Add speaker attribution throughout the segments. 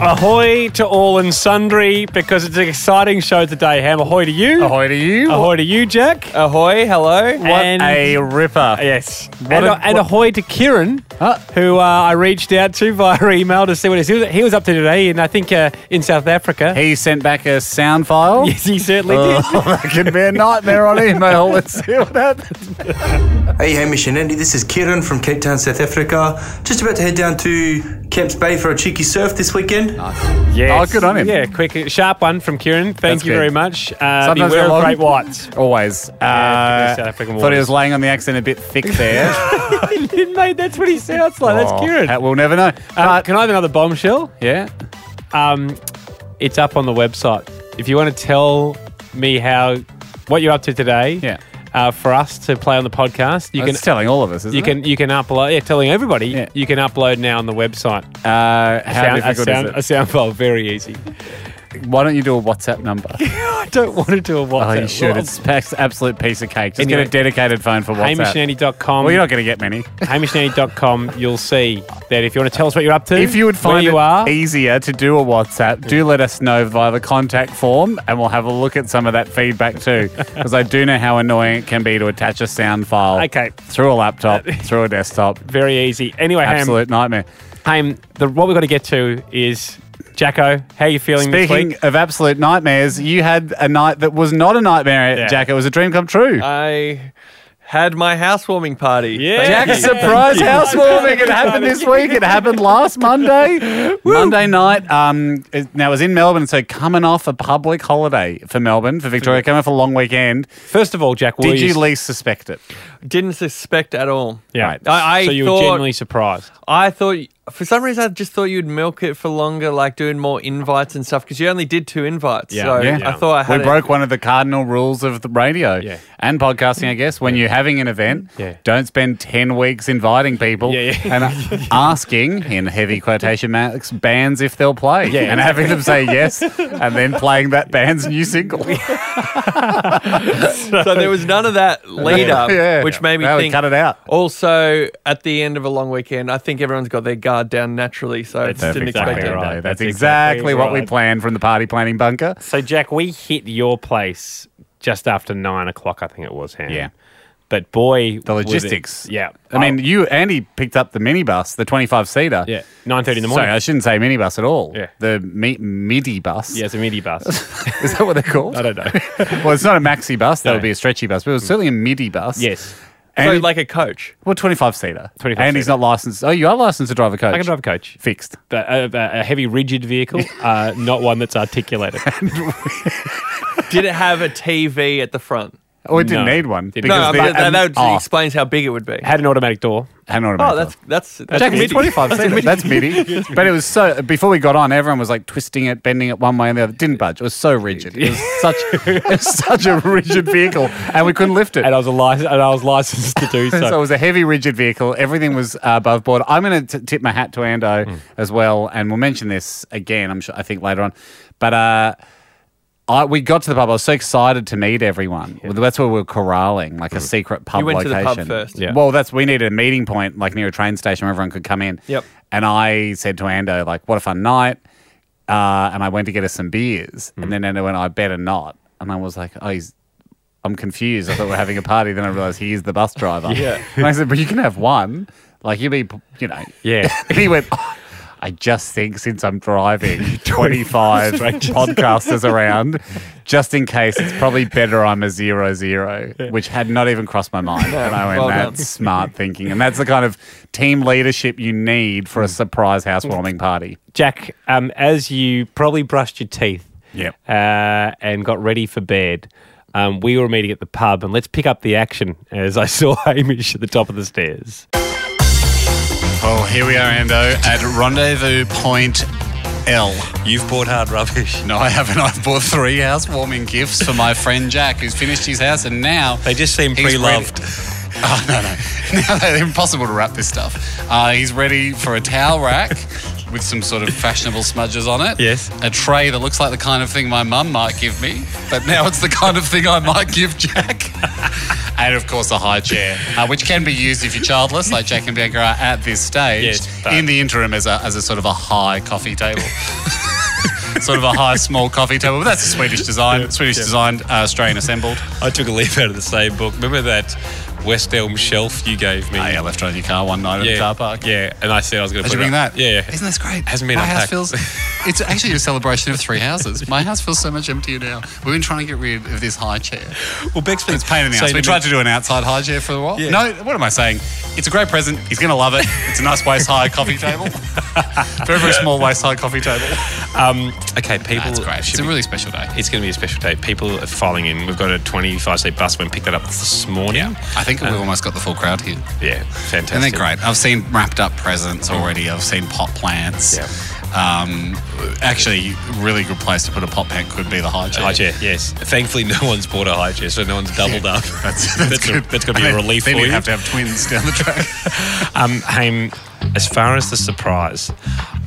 Speaker 1: Ahoy to all and sundry because it's an exciting show today, Ham. Ahoy to you.
Speaker 2: Ahoy to you.
Speaker 1: Ahoy to you, Jack.
Speaker 3: Ahoy, hello.
Speaker 1: What And-
Speaker 2: a ripper.
Speaker 1: Yes.
Speaker 2: What
Speaker 1: And,
Speaker 2: a-
Speaker 1: and
Speaker 2: what-
Speaker 1: ahoy to Kieran, who uh, I reached out to via email to see what he was, he was up to today, and I think uh, in South Africa.
Speaker 2: He sent back a sound file.
Speaker 1: yes, he certainly
Speaker 2: Oh, that could be a nightmare on email. Let's see what happens.
Speaker 4: Hey Hamish and Andy, this is Kieran from Cape Town, South Africa. Just about to head down to Camps Bay for a cheeky surf this
Speaker 1: did.
Speaker 4: weekend.
Speaker 1: Yes.
Speaker 2: Oh, good on him.
Speaker 1: Yeah, quick, uh, sharp one from Kieran. Thank
Speaker 2: That's
Speaker 1: you
Speaker 2: good.
Speaker 1: very much. Uh,
Speaker 2: Sometimes
Speaker 1: beware
Speaker 2: they're
Speaker 1: of
Speaker 2: long.
Speaker 1: great whites.
Speaker 2: Always.
Speaker 1: Yeah, it's
Speaker 2: Uh,
Speaker 1: South African
Speaker 2: thought he
Speaker 1: waters.
Speaker 2: was laying on the accent a bit thick there.
Speaker 1: Mate, that's what he sounds like. That's
Speaker 2: Oh,
Speaker 1: Kieran.
Speaker 2: that- We'll never know.
Speaker 1: Um,
Speaker 2: But-
Speaker 1: can I have another bombshell?
Speaker 2: yeah.
Speaker 1: um, it's up on the website. If you want to tell me how what you're up to today,
Speaker 2: Yeah.
Speaker 1: uh, for us to play on the podcast, you
Speaker 2: You can, it's
Speaker 1: can
Speaker 2: telling all of us, isn't
Speaker 1: you
Speaker 2: it?
Speaker 1: can you can upload. Yeah, telling everybody
Speaker 2: Yeah.
Speaker 1: you can upload now on the website.
Speaker 2: Uh,
Speaker 1: A
Speaker 2: how
Speaker 1: sound, a
Speaker 2: difficult
Speaker 1: sound,
Speaker 2: is
Speaker 1: a
Speaker 2: it?
Speaker 1: sound file, very easy.
Speaker 2: Why don't you do a WhatsApp number?
Speaker 1: I don't want to do a
Speaker 2: oh,
Speaker 1: WhatsApp.
Speaker 2: you should. It's an absolute piece of cake. Just
Speaker 1: Anyway.
Speaker 2: get a dedicated phone for WhatsApp.
Speaker 1: HamishNanny.com.
Speaker 2: well, you're not going to get many.
Speaker 1: HamishNanny.com. You'll see that if you want to tell us what you're up to,
Speaker 2: If you would
Speaker 1: where
Speaker 2: find
Speaker 1: you
Speaker 2: it e-
Speaker 1: are,
Speaker 2: easier to do a WhatsApp, do let us know via the contact form and we'll have a look at some of that feedback too. Because I do know how annoying it can be to attach a sound file
Speaker 1: Okay.
Speaker 2: through a laptop, through a desktop.
Speaker 1: very easy. Anyway, Ham,
Speaker 2: Absolute nightmare.
Speaker 1: Ham, the, what we've got to get to is Jacko. How you feeling this week?
Speaker 2: Speaking of absolute nightmares, you had a night that was not a nightmare,
Speaker 1: Yeah.
Speaker 2: Jack. It was a dream come true.
Speaker 3: I had my housewarming party.
Speaker 1: Yeah.
Speaker 2: Jack,
Speaker 1: Thank you.
Speaker 2: surprise
Speaker 1: Thank you.
Speaker 2: housewarming. It happened this week. It happened last Monday. Monday night. Um, it- now, it was in Melbourne, so coming off a public holiday for Melbourne, for Victoria, coming off a long weekend.
Speaker 1: First of all, Jack, will
Speaker 2: Did you least suspect it?
Speaker 3: Didn't suspect at all.
Speaker 1: Yeah.
Speaker 2: Right.
Speaker 3: I- I
Speaker 1: so you were
Speaker 3: thought-
Speaker 1: genuinely surprised.
Speaker 3: I thought, for some reason, I just thought you'd milk it for longer, like doing more invites and stuff, because you only did two invites.
Speaker 1: Yeah.
Speaker 3: So
Speaker 2: Yeah.
Speaker 3: I thought I had
Speaker 2: we
Speaker 3: it.
Speaker 2: broke one of the cardinal rules of the radio
Speaker 1: Yeah.
Speaker 2: and podcasting, I guess. When you're having an event,
Speaker 1: Yeah.
Speaker 2: don't spend 10 weeks inviting people
Speaker 1: Yeah,
Speaker 2: and uh, asking, in heavy quotation marks, bands if they'll play.
Speaker 1: Yeah,
Speaker 2: and having them say yes and then playing that band's new single.
Speaker 3: So there was none of that lead up,
Speaker 2: Yeah.
Speaker 3: which made me
Speaker 2: No, we
Speaker 3: think.
Speaker 2: cut it out.
Speaker 3: Also, at the end of a long weekend, I think everyone's got their guard down naturally, so I just didn't expect
Speaker 1: exactly
Speaker 3: it.
Speaker 1: right.
Speaker 2: That's,
Speaker 1: That's
Speaker 2: exactly,
Speaker 1: exactly
Speaker 2: what we
Speaker 1: right.
Speaker 2: planned from the party planning bunker.
Speaker 1: So, Jack, we hit your place just after nine o'clock, I think it was, Ham.
Speaker 2: Yeah.
Speaker 1: But boy,
Speaker 2: The logistics.
Speaker 1: yeah. Oh,
Speaker 2: I mean, you, Andy, picked up the minibus, the 25 seater.
Speaker 1: yeah. Nine thirty in the
Speaker 2: Sorry,
Speaker 1: morning.
Speaker 2: I shouldn't say minibus at all.
Speaker 1: Yeah.
Speaker 2: The mi- midi bus.
Speaker 1: yeah, it's a midi bus.
Speaker 2: Is that what they're called?
Speaker 1: I don't know.
Speaker 2: well, it's not a maxi bus. That
Speaker 1: Uh, No. Mm.
Speaker 2: would be a stretchy bus, but it was certainly a midi bus.
Speaker 1: yes.
Speaker 3: So,
Speaker 2: And, like,
Speaker 3: like a coach.
Speaker 2: well, 25 seater.
Speaker 1: 25
Speaker 2: And he's
Speaker 1: seater.
Speaker 2: not licensed. Oh, you are licensed to drive a coach.
Speaker 1: I can drive a coach.
Speaker 2: Fixed.
Speaker 1: But a, uh, a, a heavy, rigid vehicle, uh, not one that's articulated.
Speaker 3: Did it have a TV at the front?
Speaker 2: Oh, it didn't
Speaker 1: No.
Speaker 2: need one.
Speaker 1: Didn't.
Speaker 3: No,
Speaker 2: because the-
Speaker 3: but that, that
Speaker 2: oh,
Speaker 3: explains how big it would be.
Speaker 1: Had an automatic door.
Speaker 2: hang on a minute.
Speaker 3: Oh, that's that's that's
Speaker 2: Jack, it's
Speaker 3: midi.
Speaker 2: 25 seater. That's midi. But it was so, before we got on, everyone was like twisting it, bending it one way and the other. It didn't budge. It was so rigid. It was such, it was such a rigid vehicle, and we couldn't lift it.
Speaker 1: And I was a lic- and I was licensed to do so.
Speaker 2: So it was a heavy, rigid vehicle. Everything was uh, above board. I'm going to tip my hat to Ando as well, and we'll mention this again. I'm sure. I think later on, but uh, I, we got to the pub. I was so excited to meet everyone. Well, That's where we were corralling, like a secret pub
Speaker 3: You went to the
Speaker 2: location.
Speaker 3: pub first.
Speaker 1: Yeah.
Speaker 2: Well, that's we needed a meeting point, like near a train station where everyone could come in.
Speaker 3: Yep.
Speaker 2: And I said to Ando, like, "What a fun night!" Uh, and I went to get us some beers, and then Ando went, "I better not." And I was like, "Oh, he's." I'm confused. I thought we are having a party. Then I realized he is the bus driver. Yeah. And I said, but you can have one. Like, you'll be, you know.
Speaker 1: Yeah.
Speaker 2: And he went, "Oh, I just think since I'm driving 25 podcasters around, just in case, it's probably better I'm a zero zero, which had not even crossed my mind. And I went,
Speaker 3: well done.
Speaker 2: that's smart thinking. And that's the kind of team leadership you need for a surprise housewarming party.
Speaker 1: Jack, um, as you probably brushed your teeth
Speaker 2: Yep.
Speaker 1: uh, and got ready for bed, um, we were meeting at the pub, and let's pick up the action as I saw Hamish at the top of the stairs.
Speaker 2: Well, here we are, Ando, at Rendezvous Point L.
Speaker 5: You've bought hard rubbish.
Speaker 2: No, I haven't. I've bought three housewarming gifts for my friend Jack, who's finished his house and now
Speaker 5: They just seem
Speaker 2: he's
Speaker 5: pre-loved.
Speaker 2: ready- Oh, no, no. Now they're impossible to wrap this stuff. Uh, he's ready for a towel rack with some sort of fashionable smudges on it.
Speaker 1: Yes.
Speaker 2: A tray that looks like the kind of thing my mum might give me, but now it's the kind of thing I might give Jack. and of course, a high chair, uh, which can be used if you're childless, like Jack and Bianca are at this stage,
Speaker 6: Yes, but-
Speaker 2: in the interim as a, as a sort of a high coffee table. sort of a high, small coffee table. But that's a Swedish design, Swedish designed, uh, Australian assembled.
Speaker 1: I took a leaf out of the same book. Remember that West Elm shelf you gave me?
Speaker 2: Oh, yeah, I left it on your car one night at the car park.
Speaker 1: Yeah, and I said I was going to
Speaker 2: Did
Speaker 1: put
Speaker 2: you
Speaker 1: it
Speaker 2: bring
Speaker 1: up.
Speaker 2: that?
Speaker 1: Yeah, yeah.
Speaker 2: Isn't this great?
Speaker 1: Hasn't been
Speaker 2: My house
Speaker 1: unpacked.
Speaker 2: feels. It's actually a celebration of three houses. My house feels so much emptier now. We've been trying to get rid of this high chair.
Speaker 1: Well, Beck's
Speaker 2: It's a pain in the
Speaker 1: saying
Speaker 2: ass. We
Speaker 1: to
Speaker 2: tried
Speaker 1: me-
Speaker 2: to do an outside high chair for a while.
Speaker 1: Yeah.
Speaker 2: No, what am I saying? It's a great present. He's going to love it. It's a nice waist high coffee table. very, very small waist high coffee table.
Speaker 1: Um, okay, people.
Speaker 2: That's great.
Speaker 1: should
Speaker 2: It's a
Speaker 1: be-
Speaker 2: really special day.
Speaker 1: It's going to be a special day. People are filing in. We've got a 25 seat bus. We picked that up this morning.
Speaker 2: I think we've almost got the full crowd here.
Speaker 1: Yeah, fantastic.
Speaker 2: And they're great. I've seen wrapped up presents already. I've seen pot plants.
Speaker 1: Yeah.
Speaker 2: Um, actually, really good place to put a pot plant could be the high chair.
Speaker 1: High chair, yes. Thankfully, no one's bought a high chair, so no one's doubled up.
Speaker 2: That's, that's,
Speaker 1: that's, a-
Speaker 2: good.
Speaker 1: that's going to be
Speaker 2: I
Speaker 1: a
Speaker 2: mean,
Speaker 1: relief
Speaker 2: then
Speaker 1: for
Speaker 2: you'd
Speaker 1: you.
Speaker 2: have to have twins down the track.
Speaker 1: Um, Haim, as far as the surprise,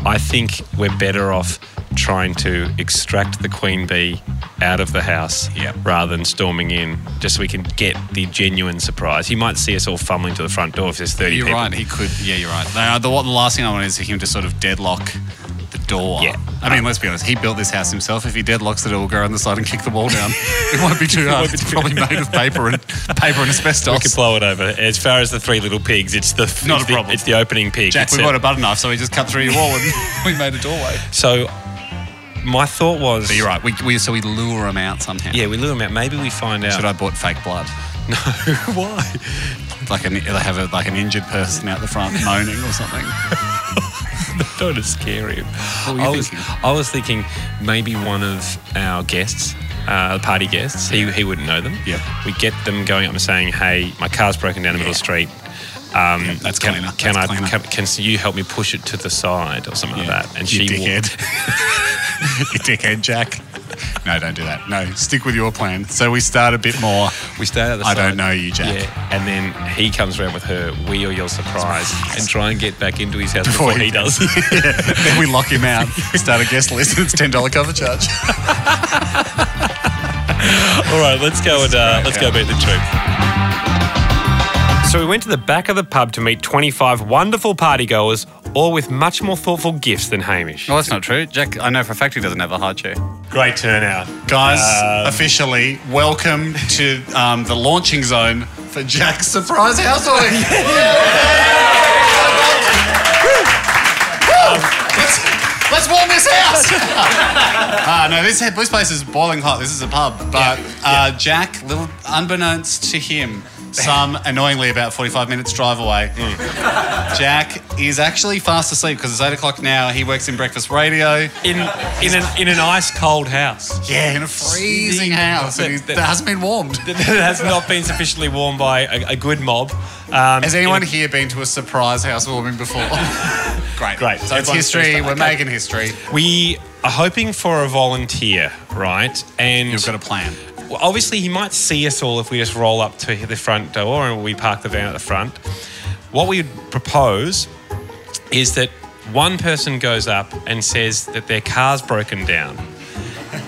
Speaker 1: I think we're better off trying to extract the queen bee out of the house
Speaker 2: Yep.
Speaker 1: rather than storming in, just so we can get the genuine surprise. He might see us all fumbling to the front door if there's 30
Speaker 2: you're
Speaker 1: people.
Speaker 2: right. He could. Yeah, you're right. No, the, what- the last thing I want is for him to sort of deadlock the door.
Speaker 1: Yeah.
Speaker 2: I mean, let's be honest. He built this house himself. If he deadlocks it, it will go on the side and kick the wall down. it won't be too hard. It's probably made of paper and paper and asbestos.
Speaker 1: We could blow it over. As far as the three little pigs, it's the
Speaker 2: Not
Speaker 1: it's
Speaker 2: a
Speaker 1: the-
Speaker 2: problem.
Speaker 1: it's the opening pig.
Speaker 2: Jack,
Speaker 1: It's
Speaker 2: we
Speaker 1: a-
Speaker 2: got a butter knife, so we just cut through your wall and we made a doorway.
Speaker 1: so my thought was.
Speaker 2: But you're right. We, we so we lure him out somehow.
Speaker 1: Yeah, we lure him out. Maybe we find out.
Speaker 2: Should I bought fake blood?
Speaker 1: No, why?
Speaker 2: Like an, they have a, like an injured person out the front moaning or something.
Speaker 1: Don't wanna scare him.
Speaker 2: What were you
Speaker 1: I was,
Speaker 2: thinking?
Speaker 1: I was thinking maybe one of our guests, uh, party guests, he, he wouldn't know them.
Speaker 2: Yeah.
Speaker 1: We get them going up and saying, hey, my car's broken down the middle of the street. Um,
Speaker 2: that's
Speaker 1: can,
Speaker 2: cleaner.
Speaker 1: Can
Speaker 2: That's
Speaker 1: I?
Speaker 2: cleaner.
Speaker 1: Can, can you help me push it to the side or something
Speaker 2: Yeah.
Speaker 1: like that?
Speaker 2: you
Speaker 1: will-
Speaker 2: dickhead. you dickhead, Jack. No, don't do that. No, stick with your plan. So we start a bit more.
Speaker 1: We stay out the
Speaker 2: I
Speaker 1: side.
Speaker 2: don't know you, Jack.
Speaker 1: Yeah. And then he comes round with her, we are your surprise, and try and get back into his house
Speaker 2: Before
Speaker 1: before,
Speaker 2: he
Speaker 1: he does.
Speaker 2: then we lock him out. Start a guest list. It's ten dollar cover charge.
Speaker 1: All right, let's go and uh, let's go meet the troop. So we went to the back of the pub to meet 25 wonderful partygoers, all with much more thoughtful gifts than Hamish.
Speaker 2: that's not true, Jack. I know for a fact he doesn't have a high chair.
Speaker 1: Great turnout.
Speaker 2: Guys, officially, welcome to um, the launching zone for Jack's surprise house wedding. Woo! Let's- Let's warm this house. uh, no, this this place is boiling hot. This is a pub, but uh, Jack, little unbeknownst to him, some annoyingly about forty-five minutes drive away, Jack is actually fast asleep because it's eight o'clock now. He works in breakfast radio.
Speaker 1: In, in, an, in an ice cold house
Speaker 2: Yeah, in a freezing house, and he's, that hasn't been warmed.
Speaker 1: that has not been sufficiently warmed by a, a good mob. Um,
Speaker 2: Has anyone here been to a surprise housewarming before? Great,
Speaker 1: Great.
Speaker 2: So it's
Speaker 1: Everyone's
Speaker 2: history.
Speaker 1: first-
Speaker 2: We're
Speaker 1: okay.
Speaker 2: making history.
Speaker 1: we are hoping for a volunteer, right? And
Speaker 2: You've got a plan.
Speaker 1: Well, obviously, he might see us all if we just roll up to the front door and we park the van at the front. What we would propose is that one person goes up and says that their car's broken down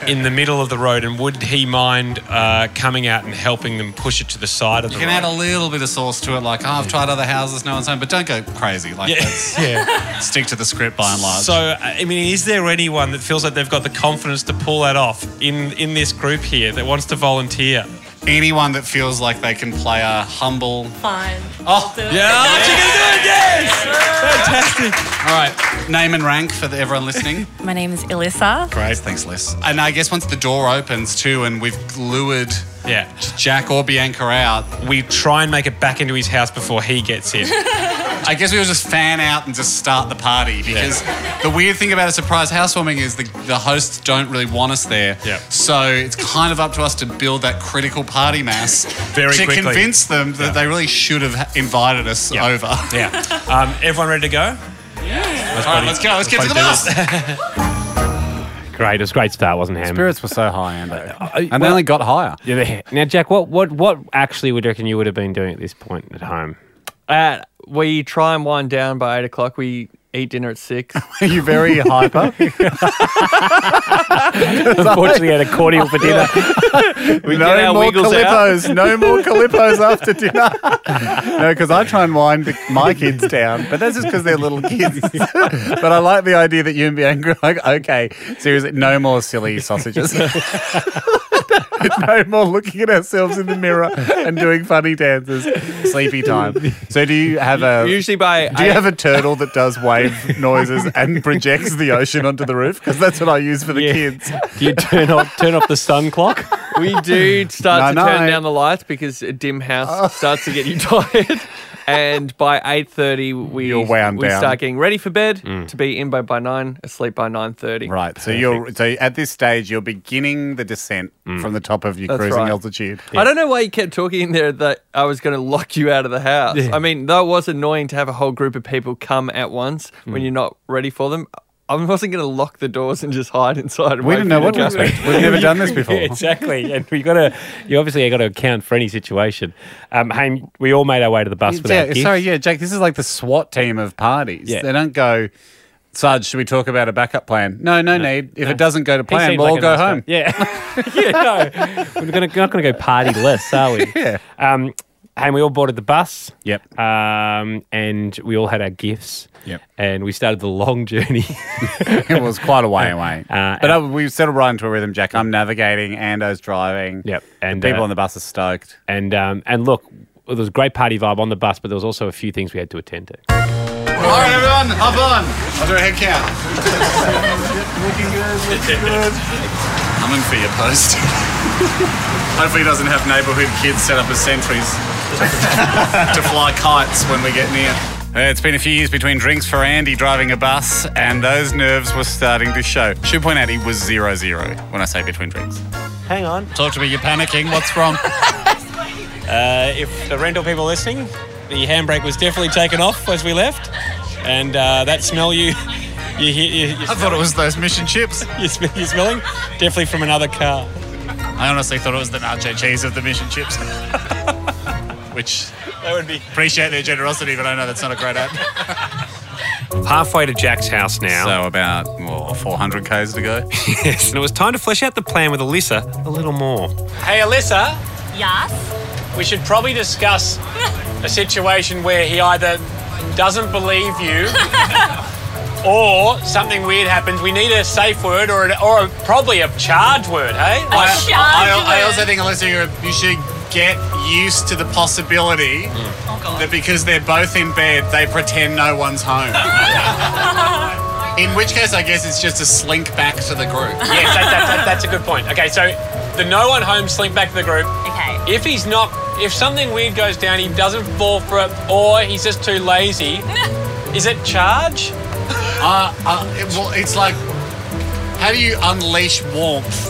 Speaker 1: in the middle of the road, and would he mind uh, coming out and helping them push it to the side of
Speaker 2: You
Speaker 1: the
Speaker 2: can
Speaker 1: road?
Speaker 2: add a little bit of sauce to it, like oh, I've tried other houses, no one's home, but don't go crazy. Like,
Speaker 1: yeah. yeah.
Speaker 2: let's stick to the script by and large.
Speaker 1: So, I mean, is there anyone that feels like they've got the confidence to pull that off in in this group here that wants to volunteer?
Speaker 2: Anyone that feels like they can play a humble.
Speaker 7: Fine.
Speaker 2: Oh,
Speaker 7: So-
Speaker 1: Oh, she can do it, yes! Fantastic.
Speaker 2: all right. Name and rank for the, everyone listening.
Speaker 7: My name is Elissa.
Speaker 2: Great, thanks, Liz. And I guess once the door opens too, and we've lured
Speaker 1: Yeah.
Speaker 2: Jack or Bianca out,
Speaker 1: we try and make it back into his house before he gets in.
Speaker 2: I guess we will just fan out and just start the party because the weird thing about a surprise housewarming is the, the hosts don't really want us there.
Speaker 1: Yeah.
Speaker 2: So it's kind of up to us to build that critical party mass
Speaker 1: Very
Speaker 2: to
Speaker 1: quickly.
Speaker 2: convince them that they really should have invited us
Speaker 1: Yeah.
Speaker 2: over.
Speaker 1: yeah. Um, everyone ready to go?
Speaker 2: All right, let's go. Let's get to the
Speaker 1: Let's
Speaker 2: bus.
Speaker 1: great. It was a great start, wasn't it? Ham?
Speaker 2: Spirits were so high, Ando. and they
Speaker 1: well-
Speaker 2: only got higher.
Speaker 1: Yeah, they- Now, Jack, what, what, what actually would you reckon you would have been doing at this point at home?
Speaker 3: At, we try and wind down by eight o'clock. We eat dinner at six.
Speaker 2: Are you very hyper?
Speaker 1: Unfortunately, I had a cordial for dinner.
Speaker 2: we
Speaker 3: get our
Speaker 2: no more
Speaker 3: wiggles
Speaker 2: calippos. No more calippos after dinner. no, because I try and wind the- my kids down, but that's just because they're little kids. but I like the idea that you and Bianca are like, okay, seriously, no more silly sausages. no more looking at ourselves in the mirror and doing funny dances. Sleepy time. So do you have a
Speaker 3: Usually by
Speaker 2: do you
Speaker 3: eight-
Speaker 2: have a turtle that does wave noises and projects the ocean onto the roof? Because that's what I use for the
Speaker 1: Yeah.
Speaker 2: kids.
Speaker 1: Do you turn off, turn off the sun clock?
Speaker 3: we do start
Speaker 2: No,
Speaker 3: to
Speaker 2: no.
Speaker 3: turn down the lights because a dim house
Speaker 2: Oh.
Speaker 3: starts to get you tired. And by eight thirty, we
Speaker 2: You're wound
Speaker 3: we
Speaker 2: down.
Speaker 3: start getting ready for bed to be in by, by nine, asleep by nine thirty.
Speaker 2: Right. So you're so at this stage you're beginning the descent
Speaker 1: Mm.
Speaker 2: from the top of your
Speaker 3: That's
Speaker 2: cruising
Speaker 3: right.
Speaker 2: altitude.
Speaker 3: I don't know why you kept talking in there that I was going to lock you out of the house. I mean, that was annoying to have a whole group of people come at once when
Speaker 2: Mm.
Speaker 3: you're not ready for them. I wasn't going to lock the doors and just hide inside. and
Speaker 2: We
Speaker 3: wait
Speaker 2: didn't
Speaker 3: for
Speaker 2: know
Speaker 3: you to
Speaker 2: what to
Speaker 3: come.
Speaker 2: expect. We've never done this before.
Speaker 1: Yeah, exactly. And we got to, you obviously got to account for any situation. Um, Haim, we all made our way to the bus with our
Speaker 2: Yeah,
Speaker 1: gifts.
Speaker 2: sorry, yeah, Jake. This is like the SWAT team of parties.
Speaker 1: Yeah.
Speaker 2: They don't go. Sarge, should we talk about a backup plan? No, no, need. If it doesn't go to
Speaker 1: He
Speaker 2: plan,
Speaker 1: seemed
Speaker 2: we'll all
Speaker 1: like a
Speaker 2: go
Speaker 1: nice guy.
Speaker 2: home.
Speaker 1: Yeah. yeah, no. We're, gonna, we're not going to go partyless, are we? yeah. Um, and we all boarded the bus.
Speaker 2: Yep.
Speaker 1: Um, and we all had our gifts.
Speaker 2: Yep.
Speaker 1: And we started the long journey.
Speaker 2: it was quite a way away.
Speaker 1: Uh,
Speaker 2: but uh, we settled right into a rhythm, Jack. I'm navigating, Ando's driving.
Speaker 1: Yep,
Speaker 2: And
Speaker 1: and,
Speaker 2: people
Speaker 1: uh,
Speaker 2: on the bus are stoked.
Speaker 1: and um, and look, there was a great party vibe on the bus, but there was also a few things we had to attend to.
Speaker 2: All right, everyone, hop on. I'll do a head count. looking good, looking good. I'm in for your post. Hopefully, he doesn't have neighbourhood kids set up as sentries to fly kites when we get near. Uh, It's been a few years between drinks for Andy driving a bus, and those nerves were starting to show. Should point out he was zero zero when I say between drinks.
Speaker 8: Hang on.
Speaker 2: Talk to me, you're panicking. What's wrong?
Speaker 8: Uh, if the rental people listening, the handbrake was definitely taken off as we left, and uh, that smell you you, hear you, you,
Speaker 2: I thought it was those mission chips.
Speaker 8: you, sm- you're smelling definitely from another car.
Speaker 2: I honestly thought it was the nacho cheese of the mission chips. Which
Speaker 8: That would be.
Speaker 2: appreciate their generosity, but I know that's not a great app.
Speaker 1: Halfway to Jack's house now.
Speaker 2: So about well, 400 k's to go.
Speaker 1: Yes, and it was time to flesh out the plan with Alyssa a little more. Hey, Alyssa,
Speaker 7: Yes.
Speaker 1: we should probably discuss a situation where he either doesn't believe you or something weird happens. We need a safe word or, an, or a, probably a charge word, hey?
Speaker 7: A charge
Speaker 2: I, I
Speaker 7: word.
Speaker 2: also think, Alyssa, you're, you should get used to the possibility
Speaker 7: Oh, God.
Speaker 2: that because they're both in bed, they pretend no one's home. in which case, I guess it's just a slink back to the group.
Speaker 1: yes, that, that, that, that's a good point. Okay, so the no one home slink back to the group.
Speaker 7: Okay.
Speaker 1: If he's not, if something weird goes down, he doesn't fall for it or he's just too lazy. Is it charge?
Speaker 2: Uh, uh, it- well, it's like, how do you unleash warmth?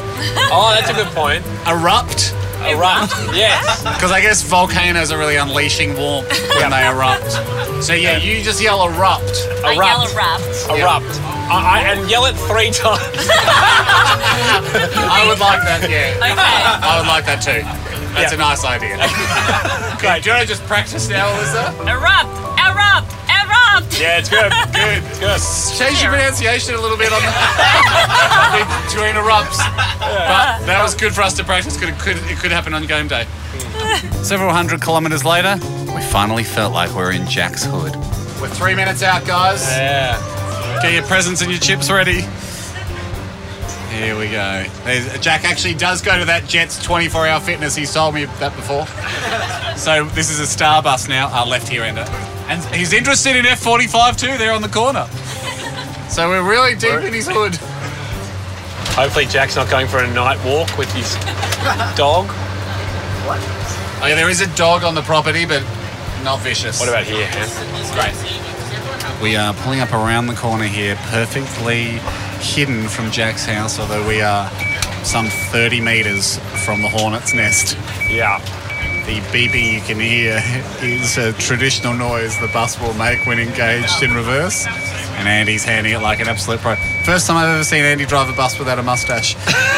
Speaker 1: Oh, that's a good point.
Speaker 2: Erupt?
Speaker 1: Erupt. Yes.
Speaker 2: Because I guess volcanoes are really unleashing warmth when they erupt. So yeah, you just yell erupt.
Speaker 7: I yell erupt.
Speaker 1: Erupt. I, I, and yell it three times.
Speaker 2: I would like that. Yeah,
Speaker 7: Okay.
Speaker 2: I would like that too. That's
Speaker 1: Yeah.
Speaker 2: a nice idea. Great. Do you want to just practice now, Alyssa?
Speaker 7: erupt. Erupt. Erupt.
Speaker 1: Yeah, it's good.
Speaker 2: Good.
Speaker 1: Yes.
Speaker 2: Change your pronunciation a little bit on the- between erupts. But that was good for us to practice. Could it could it could happen on game day. Several hundred kilometers later, we finally felt like we were in Jack's hood. We're three minutes out, guys.
Speaker 1: Yeah.
Speaker 2: Get your presents and your chips ready. Here we go. There's- Jack actually does go to that Jets 24 hour fitness. He's told me that before. so this is a star bus now. I left here, Ender. And he's interested in F45 too. They're on the corner. So we're really deep in his hood.
Speaker 1: Hopefully Jack's not going for a night walk with his dog.
Speaker 2: Oh, yeah, there is a dog on the property, but not vicious.
Speaker 1: What about here?
Speaker 2: We are pulling up around the corner here, perfectly hidden from Jack's house, although we are some 30 metres from the hornet's nest.
Speaker 1: Yeah.
Speaker 2: The beeping you can hear is a traditional noise the bus will make when engaged in reverse. and Andy's handing it like an absolute pro. First time I've ever seen Andy drive a bus without a mustache,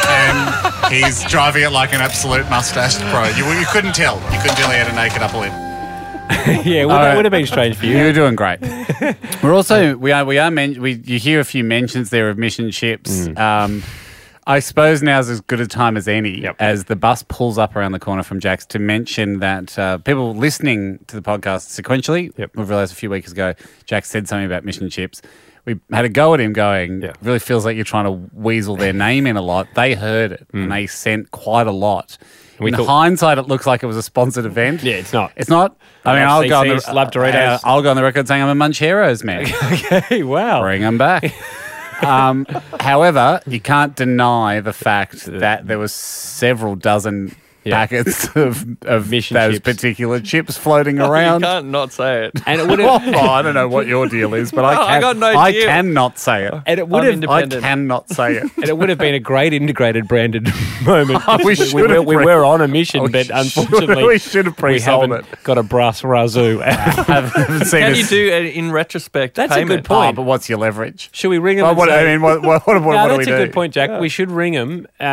Speaker 2: and he's driving it like an absolute mustache pro. You, you couldn't tell. You couldn't tell he had a naked upper lip.
Speaker 1: yeah, it would,
Speaker 2: Alright.
Speaker 1: would have been strange for
Speaker 2: You
Speaker 1: you.
Speaker 2: were doing great. We're also we are we are men- we you hear a few mentions there of mission ships.
Speaker 1: Mm.
Speaker 2: Um, I suppose now's as good a time as any as the bus pulls up around the corner from Jack's to mention that uh, people listening to the podcast sequentially.
Speaker 1: Yep.
Speaker 2: We've realised a few weeks ago Jack said something about mission ships. We had a go at him going,
Speaker 1: Yeah.
Speaker 2: really feels like you're trying to weasel their name in a lot. They heard it and they sent quite a lot.
Speaker 1: Mm. We
Speaker 2: in
Speaker 1: thought-
Speaker 2: hindsight, it looks like it was a sponsored event.
Speaker 1: Yeah, it's not.
Speaker 2: It's not. I mean, I'll go on
Speaker 1: FCCs,
Speaker 2: the
Speaker 1: love Doritos.
Speaker 2: uh, I'll go on the record saying I'm a Muncheros man.
Speaker 1: Hey, wow.
Speaker 2: Bring them back. um, however, you can't deny the fact that there was several dozen packets of, of
Speaker 1: Mission
Speaker 2: those
Speaker 1: chips.
Speaker 2: particular chips floating
Speaker 3: You
Speaker 2: around.
Speaker 3: can't not say it.
Speaker 1: And it would
Speaker 2: Well,
Speaker 1: have.
Speaker 2: I don't know what your deal is, but I
Speaker 3: No, I
Speaker 2: can,
Speaker 3: got no
Speaker 2: I
Speaker 3: deal.
Speaker 2: cannot say it.
Speaker 1: And it would
Speaker 3: I'm
Speaker 1: have.
Speaker 3: independent.
Speaker 2: I cannot say it.
Speaker 1: And it would have been a great integrated branded moment.
Speaker 2: We should
Speaker 1: we, were,
Speaker 2: have
Speaker 1: we
Speaker 2: pre-
Speaker 1: were on a mission,
Speaker 2: we
Speaker 1: but
Speaker 2: should-
Speaker 1: unfortunately,
Speaker 2: we should have
Speaker 1: we
Speaker 2: pre-sold
Speaker 1: haven't
Speaker 2: it.
Speaker 1: got a brass razoo.
Speaker 2: Haven't seen
Speaker 3: How do
Speaker 2: this-
Speaker 3: you do it in retrospect?
Speaker 1: That's a
Speaker 3: payment?
Speaker 1: good point.
Speaker 2: Oh, but what's your leverage?
Speaker 1: Should we ring him?
Speaker 2: Well,
Speaker 1: and
Speaker 2: what,
Speaker 1: say,
Speaker 2: I mean, what, what, what, what,
Speaker 1: No,
Speaker 2: what do we
Speaker 1: that's
Speaker 2: do?
Speaker 1: a good point, Jack. We should ring him uh,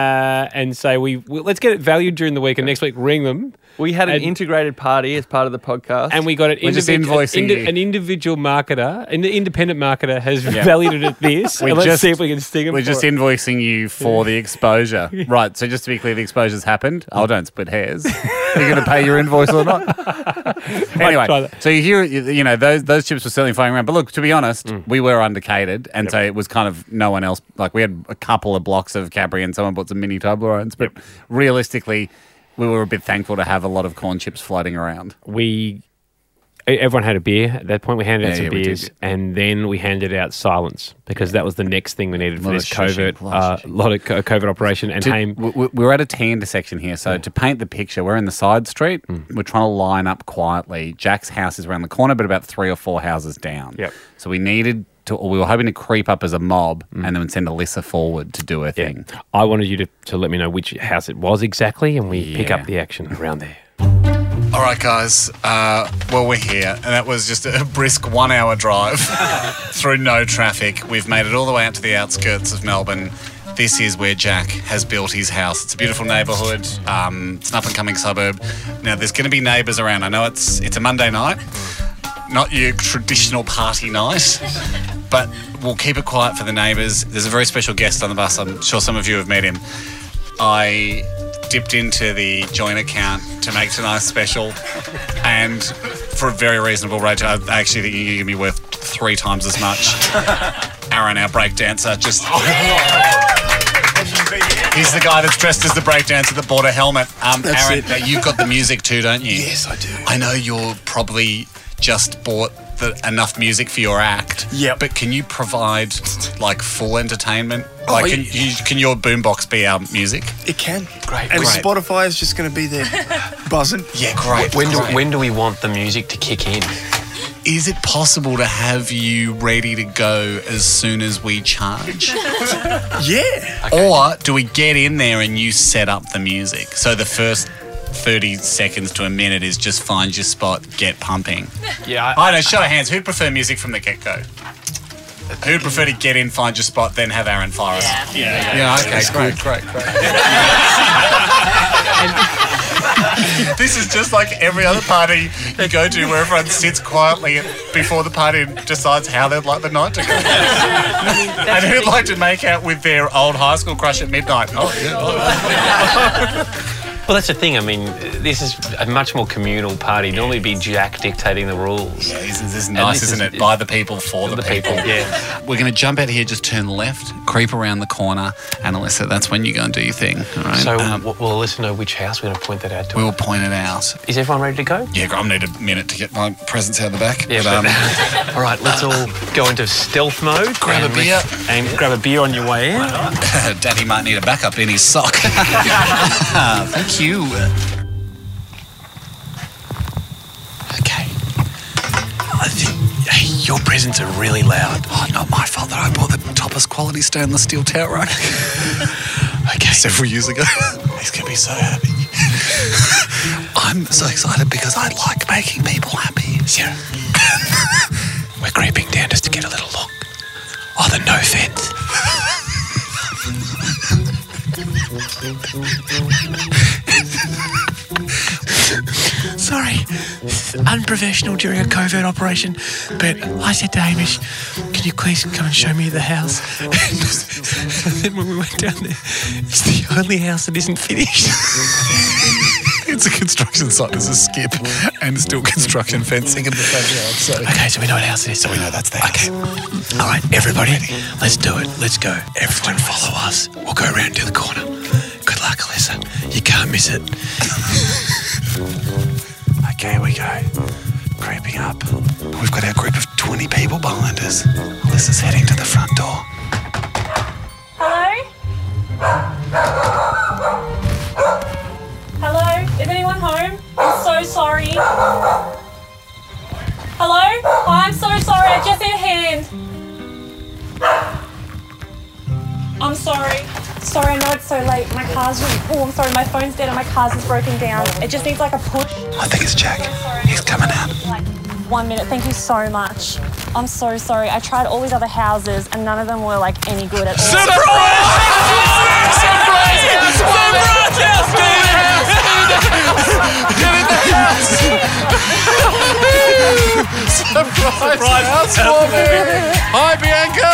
Speaker 1: and say we, we let's get it valued during the week, and next week ring them.
Speaker 3: We had an
Speaker 1: And-
Speaker 3: integrated party as part of the podcast.
Speaker 1: And we got it.
Speaker 2: We're just invoicing you.
Speaker 1: an individual marketer, an independent marketer, has valued it at this. and let's
Speaker 2: just-
Speaker 1: see if we can sting him.
Speaker 2: We're just invoicing you for the exposure. Right. So just to be clear, the exposure's happened.
Speaker 1: Mm.
Speaker 2: I don't split hairs. You're going to pay your invoice or not?
Speaker 1: try
Speaker 2: anyway,
Speaker 1: that.
Speaker 2: so you hear, you you know, those those chips were certainly flying around. But look, to be honest,
Speaker 1: Mm.
Speaker 2: we were undercated, and so it was kind of no one else. Like we had a couple of blocks of Cabri, and someone bought some mini Toblerones. But realistically, we were a bit thankful to have a lot of corn chips floating around.
Speaker 1: we everyone had a beer at that point. We handed
Speaker 2: Yeah,
Speaker 1: out some
Speaker 2: yeah, we did,
Speaker 1: beers, and then we handed out silence because that was the next thing we needed for
Speaker 2: Lot of
Speaker 1: this covert,
Speaker 2: shushing, lot
Speaker 1: uh,
Speaker 2: of
Speaker 1: lot of co- covert operation. And Mm.
Speaker 2: To-
Speaker 1: Haim,
Speaker 2: we- we- we're at a tender section here, so to paint the picture, we're in the side street.
Speaker 1: Mm.
Speaker 2: We're trying to line up quietly. Jack's house is around the corner, but about three or four houses down.
Speaker 1: Yep.
Speaker 2: So we needed to, or we were hoping to creep up as a mob
Speaker 1: Mm.
Speaker 2: and then send Alyssa forward to do her thing.
Speaker 1: I wanted you to, to let me know which house it was exactly, and we pick
Speaker 2: Yeah.
Speaker 1: up the action around there.
Speaker 2: All right, guys. Uh, well, we're here, and that was just a brisk one-hour drive through no traffic. We've made it all the way out to the outskirts of Melbourne. This is where Jack has built his house. It's a beautiful neighbourhood. Um, it's an up-and-coming suburb. Now, there's going to be neighbours around. I know it's it's a Monday night, not your traditional party night, but we'll keep it quiet for the neighbours. There's a very special guest on the bus. I'm sure some of you have met him. I dipped into the joint account to make tonight's special, and for a very reasonable rate, I I actually think you're gonna be worth three times as much. Aaron, our break dancer, just.
Speaker 9: Oh,
Speaker 2: He's the guy that's dressed as the breakdancer that bought a helmet. Um, Aaron, now you've got the music too, don't you? Yes, I do. I know you're probably just bought the, enough music for your act.
Speaker 4: Yep.
Speaker 2: But can you provide like full entertainment? Like, can, you, can your boombox be our music?
Speaker 9: Oh, It can.
Speaker 2: Great,
Speaker 9: And
Speaker 2: great.
Speaker 9: Spotify is just going to be there buzzing.
Speaker 2: Yeah, great.
Speaker 10: When do,
Speaker 2: great.
Speaker 10: when do we want the music to kick in?
Speaker 2: Is it possible to have you ready to go as soon as we charge?
Speaker 9: Yeah.
Speaker 2: Or do we get in there and you set up the music? So the first 30 seconds to a minute is just find your spot, get pumping.
Speaker 3: yeah, I,
Speaker 2: I don't know, show of hands, who'd prefer music from the get go? Who'd prefer to get in, find your spot, then have Aaron fire us?
Speaker 11: Yeah.
Speaker 2: Yeah, okay, great, great, great. this is just like every other party you go to where everyone sits quietly before the party and decides how they'd like the night to go. and who'd like to make out with their old high school crush at midnight? Oh, yeah.
Speaker 10: Well, that's the thing. I mean, this is a much more communal party. Normally, it'd be Jack dictating the rules.
Speaker 2: Yeah, isn't this
Speaker 10: And
Speaker 2: nice,
Speaker 10: this
Speaker 2: isn't
Speaker 10: is-
Speaker 2: it? By the people, for the,
Speaker 10: The
Speaker 2: people.
Speaker 10: people, yeah.
Speaker 2: We're going to jump out here, just turn left, creep around the corner, and Alyssa, that's when you go and do your thing. All right.
Speaker 10: So
Speaker 2: Um,
Speaker 10: we'll we'll listen to which house we're going to point that out to.
Speaker 2: we will point it out.
Speaker 10: Is everyone ready to go?
Speaker 2: Yeah, I need a minute to get my presents out of the back.
Speaker 10: Yeah,
Speaker 2: but, um,
Speaker 10: All right, let's all go into stealth mode.
Speaker 2: Grab a
Speaker 10: and let's- and grab a beer on your way in.
Speaker 2: Daddy um, might need a backup in his sock. Uh, Thank you.
Speaker 10: Okay. I think hey, your presents are really loud.
Speaker 2: Oh, not my fault that I bought the toppest quality stainless steel tower rack. okay. Several years ago.
Speaker 10: He's gonna be so happy.
Speaker 2: I'm so excited because I like making people happy.
Speaker 10: Yeah. We're creeping down just to get a little look. Oh, the no fence. Sorry, unprofessional during a covert operation, but I said to Hamish, "Can you please come and show me the house?" and then when we went down there, it's the only house that isn't finished.
Speaker 9: It's a construction site. There's a skip and still construction fencing in the background. So
Speaker 10: Okay, so we know what house it is. So we know that's the house. Okay. All right, everybody, let's do it. Let's go. Everyone follow us. We'll go around to the corner. Good luck, Alyssa. You can't miss it. okay, here we go. Creeping up. We've got our group of 20 people behind us. Alyssa's heading to the front door.
Speaker 7: Hello? Hello? Is anyone home? I'm so sorry. Hello? I'm so sorry. I just need a hand. I'm sorry. Sorry, I know it's so late. My car's really. Oh, I'm sorry. My phone's dead and my car's is broken down. It just needs like a push.
Speaker 10: I think it's Jack. He's coming out.
Speaker 7: Like one minute. Thank you so much. I'm so sorry. I tried all these other houses and none of them were like any good at all.
Speaker 9: Hi, Bianca.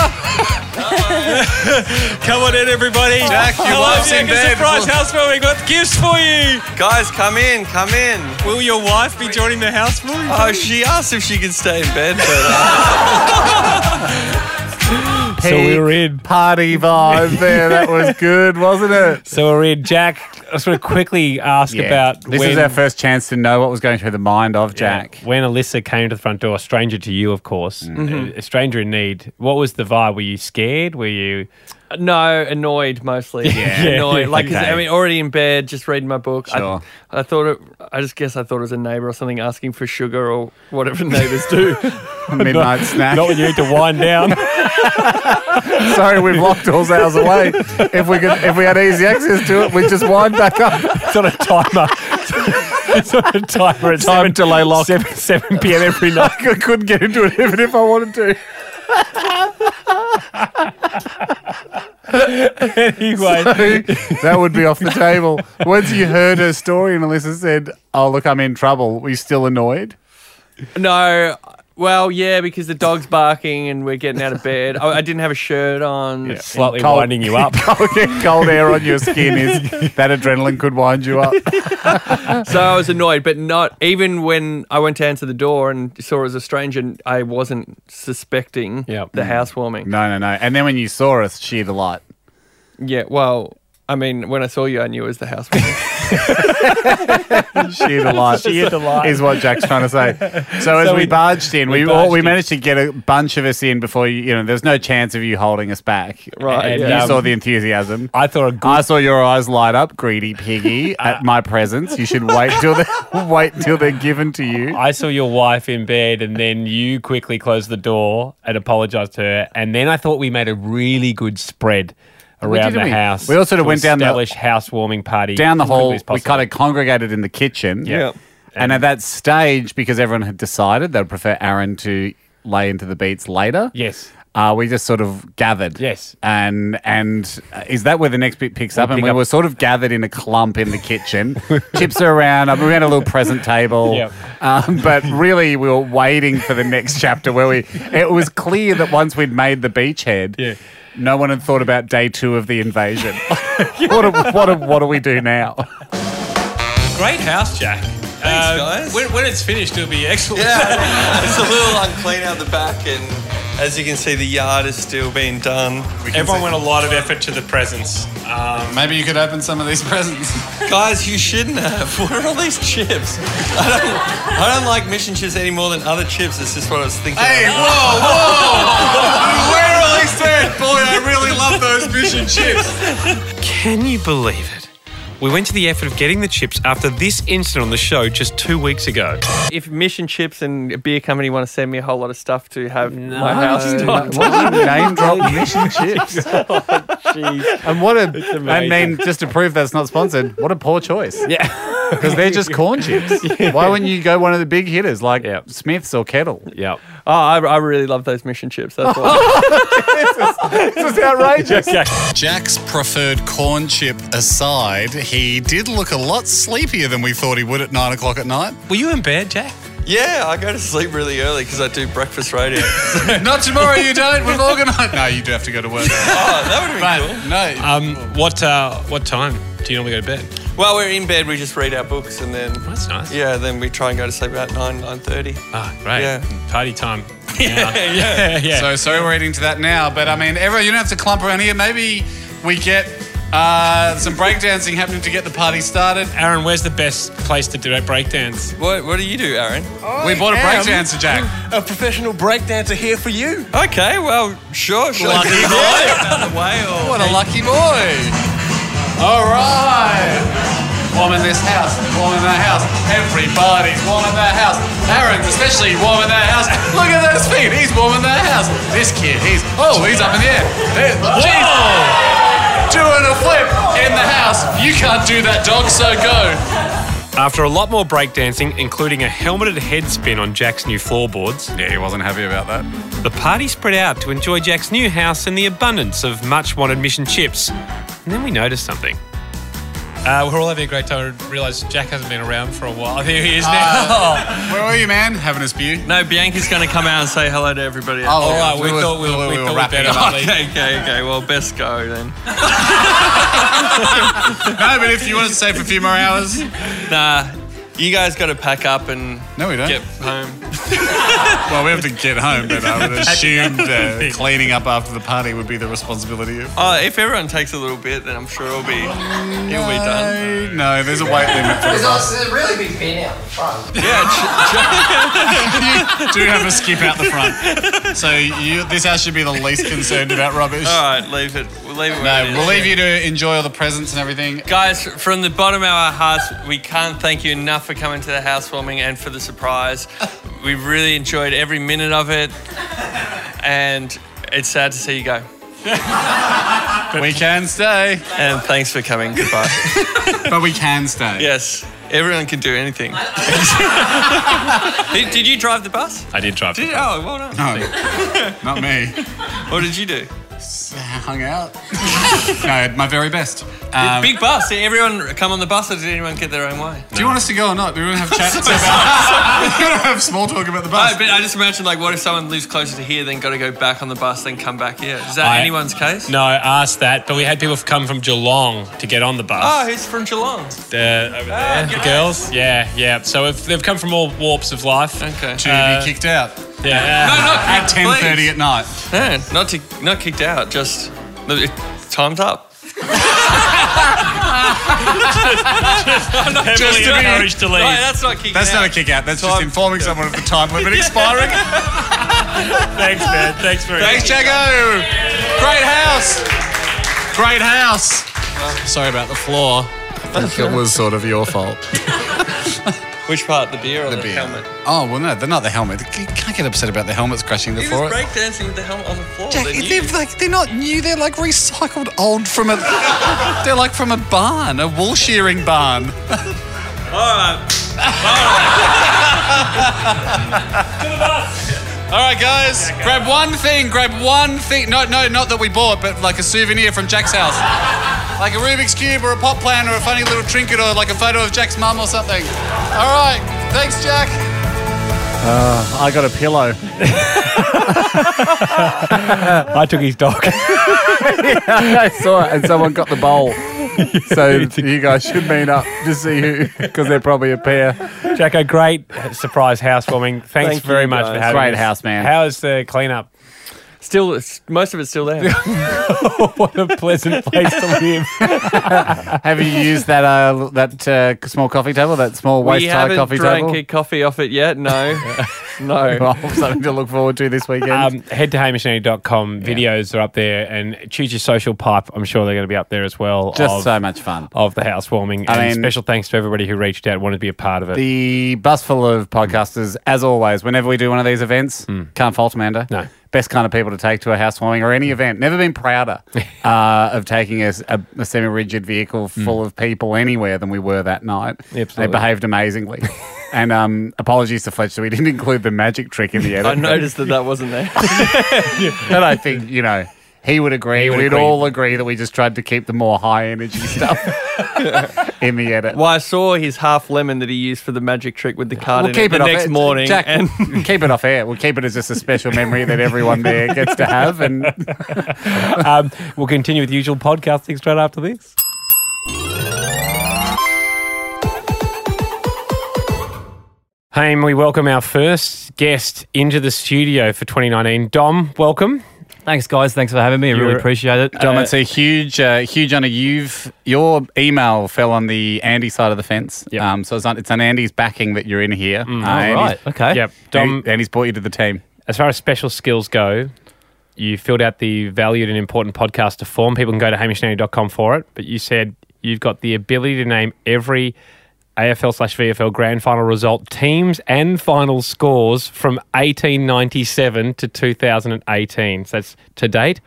Speaker 5: Come on in, everybody. Jack,
Speaker 3: you
Speaker 5: Hello,
Speaker 3: lost
Speaker 5: Jack,
Speaker 3: in
Speaker 5: a
Speaker 3: bed.
Speaker 5: surprise housewarming. Got gifts for you.
Speaker 3: Guys, come in, come in.
Speaker 5: Will your wife be joining the house for you?
Speaker 3: Oh, she asked if she could stay in bed, but uh,
Speaker 1: So we were in.
Speaker 2: Party vibe there. That was good, wasn't it?
Speaker 1: So we're in. Jack, I just want to quickly ask about
Speaker 2: this
Speaker 1: when,
Speaker 2: is our first chance to know what was going through the mind of Jack.
Speaker 1: when Alyssa came to the front door, a stranger to you, of course, Mm-hmm.
Speaker 10: Mm-hmm.
Speaker 1: a, a stranger in need. What was the vibe? Were you scared? Were you?
Speaker 3: no, annoyed mostly.
Speaker 1: Yeah.
Speaker 3: annoyed. Like, 'cause,
Speaker 2: Okay.
Speaker 3: I mean, already in bed, just reading my book.
Speaker 2: Sure.
Speaker 3: I, I thought it. I just guess I thought it was a neighbor or something asking for sugar or whatever neighbors do.
Speaker 2: Midnight snack.
Speaker 1: Not when you need to wind down.
Speaker 2: Sorry, we've locked all ours away. If we could, if we had easy access to it, we would just wind back up.
Speaker 1: It's on a timer. it's on a timer. It's
Speaker 2: Time delay lock.
Speaker 1: 7, 7 p.m. every night.
Speaker 2: I couldn't get into it even if I wanted to.
Speaker 1: anyway.
Speaker 2: that would be off the table. Once you heard her story and Melissa said, "Oh look, I'm in trouble," were you still annoyed?
Speaker 3: No. Well, yeah, because the dog's barking and we're getting out of bed. I, I didn't have a shirt on.
Speaker 1: Slightly
Speaker 2: Cold-
Speaker 1: winding you up.
Speaker 2: Cold, cold air on your skin is that adrenaline could wind you up.
Speaker 3: So I was annoyed, but not even when I went to answer the door and saw it was a stranger, I wasn't suspecting
Speaker 1: Yep.
Speaker 3: the housewarming.
Speaker 2: No, no, no. And then when you saw us, she had a light.
Speaker 3: Yeah, well, I mean, when I saw you, I knew it was the housewarming.
Speaker 2: She had a light. she
Speaker 1: had a light.
Speaker 2: Is what Jack's trying to say. So as
Speaker 1: So
Speaker 2: we,
Speaker 1: we-
Speaker 2: barged in, we
Speaker 1: we
Speaker 2: we, all,
Speaker 1: barged
Speaker 2: we
Speaker 1: in.
Speaker 2: managed to get a bunch of us in before you. You know, there's no chance of you holding us back.
Speaker 3: Right,
Speaker 2: And
Speaker 1: yeah.
Speaker 2: you
Speaker 1: Um,
Speaker 2: saw the enthusiasm.
Speaker 1: I thought a good
Speaker 2: I saw your eyes light up, greedy piggy, at my presence. You should wait till they wait till they're given to you.
Speaker 1: I saw your wife in bed, and then you quickly closed the door and apologized to her. And then I thought we made a really good spread around
Speaker 2: didn't
Speaker 1: the
Speaker 2: we?
Speaker 1: house.
Speaker 2: We also
Speaker 1: to
Speaker 2: went down the-
Speaker 1: establish housewarming party
Speaker 2: Down the
Speaker 1: as quickly
Speaker 2: hall,
Speaker 1: as
Speaker 2: we
Speaker 1: possible.
Speaker 2: kind of congregated in the kitchen.
Speaker 1: Yeah.
Speaker 2: And at that stage, because everyone had decided they'd prefer Aaron to lay into the beats later.
Speaker 1: yes.
Speaker 2: Uh, we just sort of gathered.
Speaker 1: Yes.
Speaker 2: And and uh, is that where the next bit picks up? and
Speaker 1: pick
Speaker 2: we
Speaker 1: up-
Speaker 2: were sort of gathered in a clump in the kitchen. Chips are around. We had a little present table.
Speaker 1: Yep.
Speaker 2: Um, but really, we were waiting for the next chapter where we. It was clear that once we'd made the beachhead.
Speaker 1: Yeah.
Speaker 2: No one had thought about day two of the invasion. what, do, what, do, what do we do now?
Speaker 5: Great house, Jack. Thanks,
Speaker 3: guys.
Speaker 5: When, when it's finished, it'll be excellent.
Speaker 3: Yeah, it's a little unclean out the back, and as you can see, the yard is still being done.
Speaker 5: Everyone went a lot of effort to the presents. Um,
Speaker 9: Maybe you could open some of these presents.
Speaker 3: Guys, you shouldn't have. What are all these chips? I don't, I don't like mission chips any more than other chips. It's just what I was thinking.
Speaker 9: Hey, whoa, whoa! Where are these at? Boy, I really love those mission chips.
Speaker 5: Can you believe it? We went to the effort of getting the chips after this incident on the show just two weeks ago.
Speaker 3: If Mission Chips and a beer company want to send me a whole lot of stuff to have my house stocked,
Speaker 2: Oh, What did you name drop mission chips? and what a, I
Speaker 1: amazing.
Speaker 2: mean, just to prove that's not sponsored, what a poor choice.
Speaker 1: Yeah.
Speaker 2: Because they're just corn chips. Why wouldn't you go one of the big hitters like
Speaker 1: Yep.
Speaker 2: Smith's or Kettle?
Speaker 1: yep.
Speaker 3: Oh, I, I really love those mission chips. That's why.
Speaker 2: this
Speaker 3: is outrageous.
Speaker 2: Jack's preferred corn chip aside, he did look a lot sleepier than we thought he would at nine o'clock at night.
Speaker 1: Were you in bed, Jack?
Speaker 3: Yeah, I go to sleep really early because I do breakfast radio. Oh,
Speaker 2: Not tomorrow, you don't. We've organised. No, you do have to go to work.
Speaker 3: that would be
Speaker 2: cool. No.
Speaker 1: Um, what uh, what time do you normally go to bed?
Speaker 3: Well, we're in bed. We just read our books and then.
Speaker 1: That's nice.
Speaker 3: Yeah, then we try and go to sleep about nine nine thirty.
Speaker 1: Ah, great.
Speaker 3: Yeah.
Speaker 1: Party time.
Speaker 2: Yeah,
Speaker 1: yeah, yeah.
Speaker 2: So sorry we're eating to that now, but I mean, everyone, you don't have to clump around here. Maybe we get uh, some breakdancing happening to get the party started.
Speaker 1: Aaron, where's the best place to do a breakdance?
Speaker 3: What What do you do, Aaron?
Speaker 2: we bought a
Speaker 12: am-
Speaker 2: breakdancer, Jack.
Speaker 12: A professional breakdancer here for you.
Speaker 3: Okay, well, sure. sure.
Speaker 2: Lucky boy.
Speaker 3: Yeah, whale.
Speaker 2: What a lucky boy. All right. Warm in this house, warm in that house. Everybody's warm in that house. Aaron's especially warm in that house. Look at those feet. He's warm in that house. This kid, he's, oh, he's up in the air. There- Jeez. Doing a flip in the house. You can't do that, dog, so go.
Speaker 1: After a lot more breakdancing, including a helmeted headspin on Jack's new floorboards,
Speaker 2: yeah, he wasn't happy about that.
Speaker 1: The party spread out to enjoy Jack's new house and the abundance of much-wanted mission chips. And then we noticed something. Uh, we're all having a great time. Realise Jack hasn't been around for a while. Here he is
Speaker 13: Ah.
Speaker 1: now.
Speaker 2: Where were you, man? Having a spew?
Speaker 3: No, Bianca's going to come out and say hello to everybody.
Speaker 2: Oh, All right, we we were- thought we- we we were thought we'd wrapping better up. leave.
Speaker 3: Okay, okay, okay. Well, best go then.
Speaker 2: no, but if you want to stay for a few more hours.
Speaker 3: Nah, you guys got to pack up and
Speaker 2: no, we don't.
Speaker 3: get home.
Speaker 2: Well, we have to get home, but I would assume uh, cleaning up after the party would be the responsibility of.
Speaker 3: Oh, if everyone takes a little bit, then I'm sure it'll be it'll be done.
Speaker 2: No, no, there's a weight limit for
Speaker 14: There's
Speaker 2: us.
Speaker 14: also a really big bin out the front.
Speaker 2: you do have a skip out the front, so you, this house should be the least concerned about rubbish.
Speaker 3: All right, leave it. We'll leave it. where
Speaker 2: No,
Speaker 3: it is.
Speaker 2: we'll leave you to enjoy all the presents and everything.
Speaker 3: Guys, from the bottom of our hearts, we can't thank you enough for coming to the housewarming and for the surprise. We really enjoyed every minute of it, and it's sad to see you go.
Speaker 2: we can stay.
Speaker 3: And thanks for coming. Goodbye.
Speaker 2: but we can stay.
Speaker 3: Yes, everyone can do anything. did, did you drive the bus?
Speaker 1: I did drive.
Speaker 3: Did you? Oh, well done.
Speaker 2: No, Oh, not me.
Speaker 3: What did you do?
Speaker 2: Hung out. no, my very best. Um,
Speaker 3: Big bus. Did everyone come on the bus, or did anyone get their own way?
Speaker 2: do you want us to go or not? Do we want to have chats about? we want to have small talk about the bus.
Speaker 3: I, but I just imagine, like, what if someone lives closer to here, then got to go back on the bus, then come back here? Is that
Speaker 1: I-
Speaker 3: anyone's case?
Speaker 1: No, I asked that, but we had people come from Geelong to get on the bus.
Speaker 3: Oh, who's from Geelong?
Speaker 1: Uh, over there, the girls. Yeah, yeah. So if they've come from all warps of life.
Speaker 3: Okay.
Speaker 2: To be kicked out.
Speaker 1: Yeah.
Speaker 3: No, not
Speaker 2: at Uh, ten thirty
Speaker 3: please.
Speaker 2: at night.
Speaker 3: Man, not to, not kicked out. Just it, time's up.
Speaker 1: Just to be encouraged to leave.
Speaker 3: Right, that's not kicked
Speaker 2: That's
Speaker 3: out.
Speaker 2: not a kick out. That's just informing someone of the time limit expiring.
Speaker 1: Thanks, man. Thanks very
Speaker 2: Thanks,
Speaker 1: much.
Speaker 2: Jacko. Great house. Great house. Uh, Sorry about the floor. I think it was sort of your fault.
Speaker 3: Which part? The beer or the,
Speaker 2: beer.
Speaker 3: helmet?
Speaker 2: Oh well, no, they're not the helmet. You can't get upset about the helmets crashing the
Speaker 3: He
Speaker 2: floor.
Speaker 3: was breakdancing with the helmet on the floor.
Speaker 2: Jack,
Speaker 3: then you-
Speaker 2: they're like they're not new. They're like recycled old from a. they're like from a barn, a wool shearing barn.
Speaker 3: All right.
Speaker 2: All right, guys, grab one thing. Grab one thing. No, no, not that we bought, but like a souvenir from Jack's house, like a Rubik's cube or a pot plant or a funny little trinket or like a photo of Jack's mum or something. All right, thanks, Jack.
Speaker 15: Uh, I got a pillow.
Speaker 13: I took his dog.
Speaker 15: I saw it, and someone got the bowl. So you guys should meet up to see who, because they're probably a pair.
Speaker 13: Jacko, great surprise housewarming. Thanks
Speaker 3: Thank
Speaker 13: very
Speaker 3: you,
Speaker 13: much for
Speaker 3: guys.
Speaker 13: having
Speaker 15: Great
Speaker 13: us.
Speaker 15: house, man.
Speaker 13: How is the cleanup?
Speaker 3: Still, it's- most of it's still there.
Speaker 13: what a pleasant place to live.
Speaker 15: Have you used that uh, that uh, small coffee table, that small waist
Speaker 3: we
Speaker 15: high
Speaker 3: haven't
Speaker 15: coffee
Speaker 3: drank
Speaker 15: table?
Speaker 3: a coffee off it yet. No, no.
Speaker 15: Well, something to look forward to this weekend.
Speaker 13: Um, head to hamishandy.com. Videos are up there and choose your social pipe. I'm sure they're going to be up there as well.
Speaker 15: Just
Speaker 13: of,
Speaker 15: so much fun.
Speaker 13: Of the housewarming.
Speaker 15: I
Speaker 13: and
Speaker 15: mean-
Speaker 13: special thanks to everybody who reached out and wanted to be a part of it.
Speaker 3: Hmm.
Speaker 15: The bus full of podcasters, as always, whenever we do one of these events, can't fault Amanda.
Speaker 13: No.
Speaker 2: best kind of people to take to a housewarming or any event. Never been prouder uh, of taking a, a, a semi-rigid vehicle full of people anywhere than we were that night. They
Speaker 3: Hmm. Absolutely.
Speaker 2: behaved amazingly. and um, apologies to Fletcher, we didn't include the magic trick in the edit.
Speaker 3: I noticed that that wasn't there.
Speaker 2: and I think you know he would agree.
Speaker 3: would
Speaker 2: We'd
Speaker 3: agree.
Speaker 2: all agree that we just tried to keep the more high energy stuff in the edit.
Speaker 3: Well, I saw his half lemon that he used for the magic trick with the card in it the
Speaker 2: off
Speaker 3: next
Speaker 2: air.
Speaker 3: morning.
Speaker 2: Jack,
Speaker 3: and
Speaker 2: keep it off air. We'll keep it as just a special memory that everyone there gets to have. And
Speaker 1: um, we'll continue with the usual podcasting straight after this. Haim, we welcome our first guest into the studio for 2019. Dom, welcome.
Speaker 15: Thanks, guys. Thanks for having me. I really appreciate it.
Speaker 2: Dom,
Speaker 15: Uh,
Speaker 2: it's a huge, uh, huge honor. You've your email fell on the Andy side of the fence. Um, so it's on, it's on Andy's backing that you're in here.
Speaker 1: Mm.
Speaker 2: Uh, Andy's-
Speaker 1: Yep.
Speaker 2: Andy- Andy's brought you to the team.
Speaker 1: As far as special skills go, you filled out the valued and important podcaster form. People can go to hamishandy.com for it. But you said you've got the ability to name every AFL slash VFL grand final result teams and final scores from 1897 to 2018. So that's to date.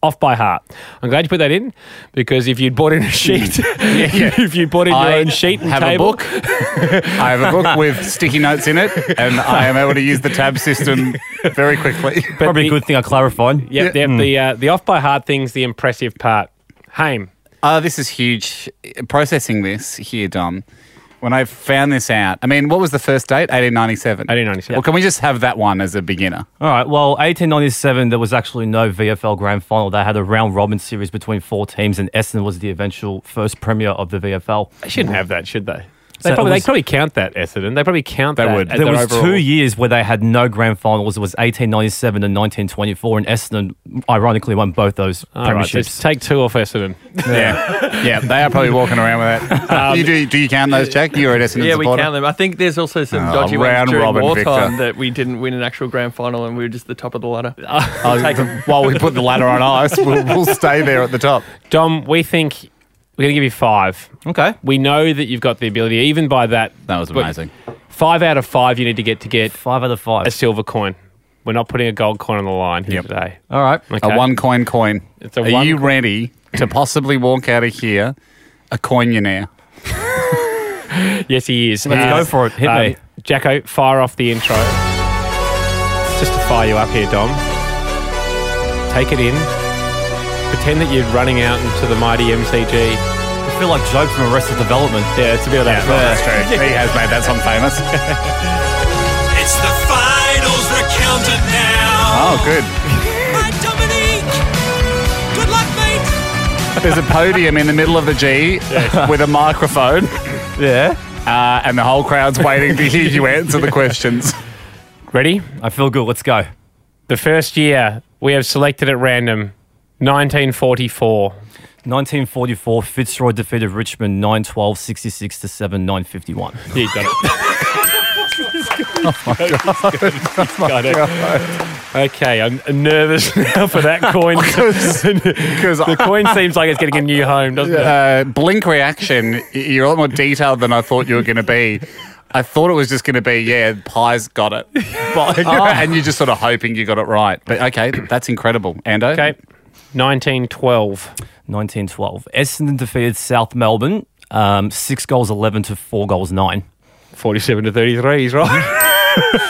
Speaker 1: Off by heart. I'm glad you put that in because if you'd bought in a sheet, if you bought in your
Speaker 2: I
Speaker 1: own sheet and
Speaker 2: have a
Speaker 1: table,
Speaker 2: book. I have a book with sticky notes in it, and I am able to use the tab system very quickly.
Speaker 15: Probably a good thing I clarified.
Speaker 1: Yep, yep. The
Speaker 2: Mm.
Speaker 1: uh, the off by heart thing's the impressive part. Haim.
Speaker 2: Uh, this is huge. Processing this here, Dom. When I found this out, I mean, what was the first date? 1897.
Speaker 1: 1897.
Speaker 2: Well, can we just have that one as a beginner?
Speaker 15: All right. Well, 1897, there was actually no VFL Grand Final. They had a round robin series between four teams, and Essendon was the eventual first premier of the VFL. They
Speaker 1: shouldn't have that, should they?
Speaker 15: So
Speaker 1: They
Speaker 15: it
Speaker 1: probably
Speaker 15: was-
Speaker 1: they probably count that Essendon. They probably count that. as
Speaker 15: There
Speaker 1: their
Speaker 15: was
Speaker 1: overall-
Speaker 15: two years where they had no grand finals. It was 1897 and 1924, and Essendon ironically won both those
Speaker 1: All right, so
Speaker 15: premierships.
Speaker 1: just take two off Essendon.
Speaker 2: Yeah. yeah, they are probably walking around with that. you do, do you count those, Jack? You're at Essendon
Speaker 3: yeah, we
Speaker 2: supporter.
Speaker 3: count them. I think there's also some
Speaker 2: Oh,
Speaker 3: dodgy
Speaker 2: round
Speaker 3: ones during
Speaker 2: robin,
Speaker 3: wartime
Speaker 2: Victor.
Speaker 3: that we didn't win an actual grand final and we were just the top of the ladder.
Speaker 2: Oh,
Speaker 3: Take
Speaker 2: the-
Speaker 3: 'em.
Speaker 2: while we put the ladder on ice, we'll, we'll stay there at the top.
Speaker 1: Dom, we think we're going to give you five.
Speaker 15: Okay.
Speaker 1: We know that you've got the ability, even by that.
Speaker 2: That was
Speaker 1: but
Speaker 2: amazing.
Speaker 1: Five out of five you need to get to get
Speaker 15: five out of five
Speaker 1: a silver coin. We're not putting a gold coin on the line here today. Oh,
Speaker 15: All right.
Speaker 1: Okay.
Speaker 2: A one coin coin.
Speaker 1: It's a
Speaker 2: Are
Speaker 1: one
Speaker 2: you
Speaker 1: coin-
Speaker 2: ready to possibly walk out of here a coinionaire?
Speaker 1: Yes, he is.
Speaker 2: Let's
Speaker 1: He
Speaker 2: go
Speaker 1: is.
Speaker 2: for it. Hit me.
Speaker 1: Jacko, fire off the intro. Just to fire you up here, Dom. Take it in. Pretend that you're running out into the mighty MCG.
Speaker 15: I feel like Joe from Arrested Development.
Speaker 1: Yeah, it's a bit of that.
Speaker 2: Yeah, well, Oh, that's true. He has made that song famous.
Speaker 10: It's the finals recounted now.
Speaker 2: Oh, good.
Speaker 10: Good luck, mate.
Speaker 2: There's a podium in the middle of the G with a microphone.
Speaker 15: Yeah.
Speaker 2: Uh, and the whole crowd's waiting to hear you answer the questions.
Speaker 1: Ready?
Speaker 15: I feel good. Let's go.
Speaker 1: The first year we have selected at random 1944.
Speaker 15: 1944, Fitzroy defeated Richmond 912, 66 to 7, 951.
Speaker 1: Yeah, you got
Speaker 15: oh my God. Oh,
Speaker 1: Got it. Okay, I'm nervous now for that coin. Because the coin seems like it's getting a new home, doesn't it?
Speaker 2: Uh, blink reaction, y- you're a lot more detailed than I thought you were going to be. I thought it was just going to be, yeah, Pies got it. But- And you're just sort of hoping you got it right. But okay, that's incredible. Ando?
Speaker 1: Okay. 1912.
Speaker 15: 1912. Essendon defeated South Melbourne, um, six goals 11 to four goals nine.
Speaker 1: 47 to 33, he's right.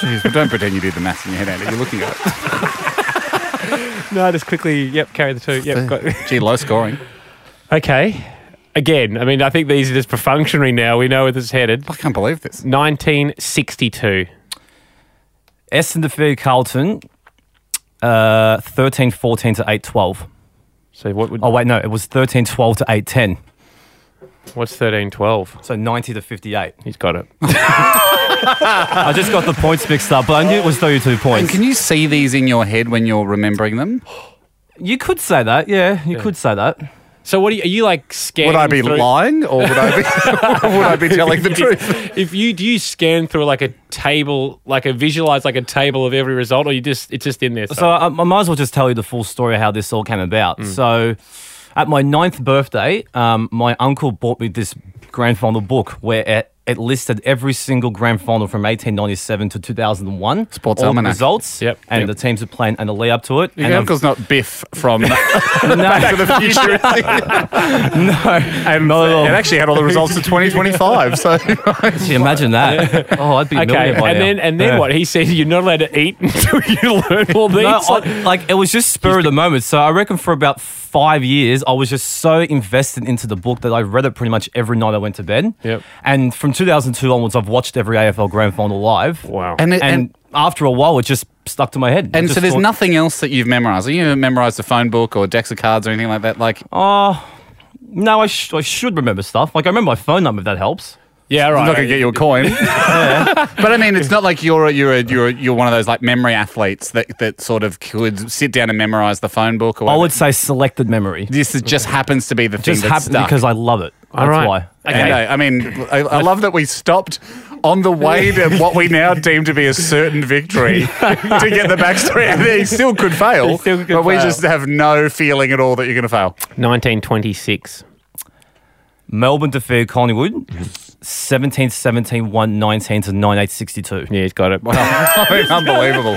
Speaker 2: Jeez, don't pretend you did the maths in your head, Andy. You're looking at it.
Speaker 1: no, just quickly, yep, carry the two. Yep, got
Speaker 2: Gee, low scoring.
Speaker 1: Okay. Again, I mean, I think these are just perfunctory now. We know where this is headed. I
Speaker 2: can't believe this.
Speaker 1: 1962.
Speaker 15: Essendon defeated Carlton, uh, 13 14 to eight twelve.
Speaker 1: So what would.
Speaker 15: Oh, wait, no, it was 13 12 to eight ten.
Speaker 1: What's 13 12?
Speaker 15: So 90 to 58.
Speaker 1: He's got it.
Speaker 15: I just got the points mixed up, but I knew it was 32
Speaker 2: And
Speaker 15: points.
Speaker 2: can you see these in your head when you're remembering them?
Speaker 15: You could say that, yeah, you could say that.
Speaker 1: So what are you, are you like scared?
Speaker 2: Would I be lying or would I be, would I be telling the truth?
Speaker 1: If you do you scan through like a table, like a visualize like a table of every result, or you just it's just in there.
Speaker 15: So I, I might as well just tell you the full story of how this all came about. So, at my ninth birthday, um, my uncle bought me this grand final book where e- it listed every single grand final from 1897 to 2001. Sports all the
Speaker 2: Almanac.
Speaker 15: results. Yep. And the teams are playing and the lead up to it.
Speaker 2: Your
Speaker 15: and I'm-
Speaker 2: uncle's not Biff from Back to the Future.
Speaker 15: no, and not at all.
Speaker 2: It actually had all the results of 2025. So
Speaker 15: imagine that. Oh, I'd be a
Speaker 1: okay.
Speaker 15: millionaire by
Speaker 1: And
Speaker 15: now.
Speaker 1: then and then
Speaker 15: Yeah.
Speaker 1: what? He said you're not allowed to eat until you learn all these.
Speaker 15: No, I- like it was just spur of the moment. So I reckon for about five years, I was just so invested into the book that I read it pretty much every night I went to bed. Yep. And from 2002 onwards, I've watched every AFL Grand Final live. Wow.
Speaker 2: And
Speaker 15: And,
Speaker 2: it- and-
Speaker 15: after a while, it just stuck to my head.
Speaker 2: And
Speaker 15: Just
Speaker 2: so there's
Speaker 15: thought-
Speaker 2: nothing else that you've memorized. You haven't memorized a phone book or decks of cards or anything like that. Like,
Speaker 15: oh, no, I, sh- I should remember stuff. Like I remember my phone number. If that helps.
Speaker 1: Yeah,
Speaker 2: I'm not going to get you a coin. But I mean, it's not like you're a, you're a, you're a, you're one of those like memory athletes that, that sort of could sit down and memorize the phone book. Or
Speaker 15: I
Speaker 2: whatever.
Speaker 15: would say selected memory.
Speaker 2: This is just happens to be the thing
Speaker 15: Just
Speaker 2: that's
Speaker 15: happened
Speaker 2: stuck.
Speaker 15: because I love it. That's why.
Speaker 2: And, uh, I mean, I, I love that we stopped on the way to what we now deem to be a certain victory to get the backstory. And He still could fail,
Speaker 1: He still could
Speaker 2: but we
Speaker 1: fail.
Speaker 2: just have no feeling at all that you're going to fail.
Speaker 1: 1926.
Speaker 15: Melbourne defeated Collingwood 17 17 119 to 98 62. Yeah,
Speaker 1: he's got it.
Speaker 2: Unbelievable.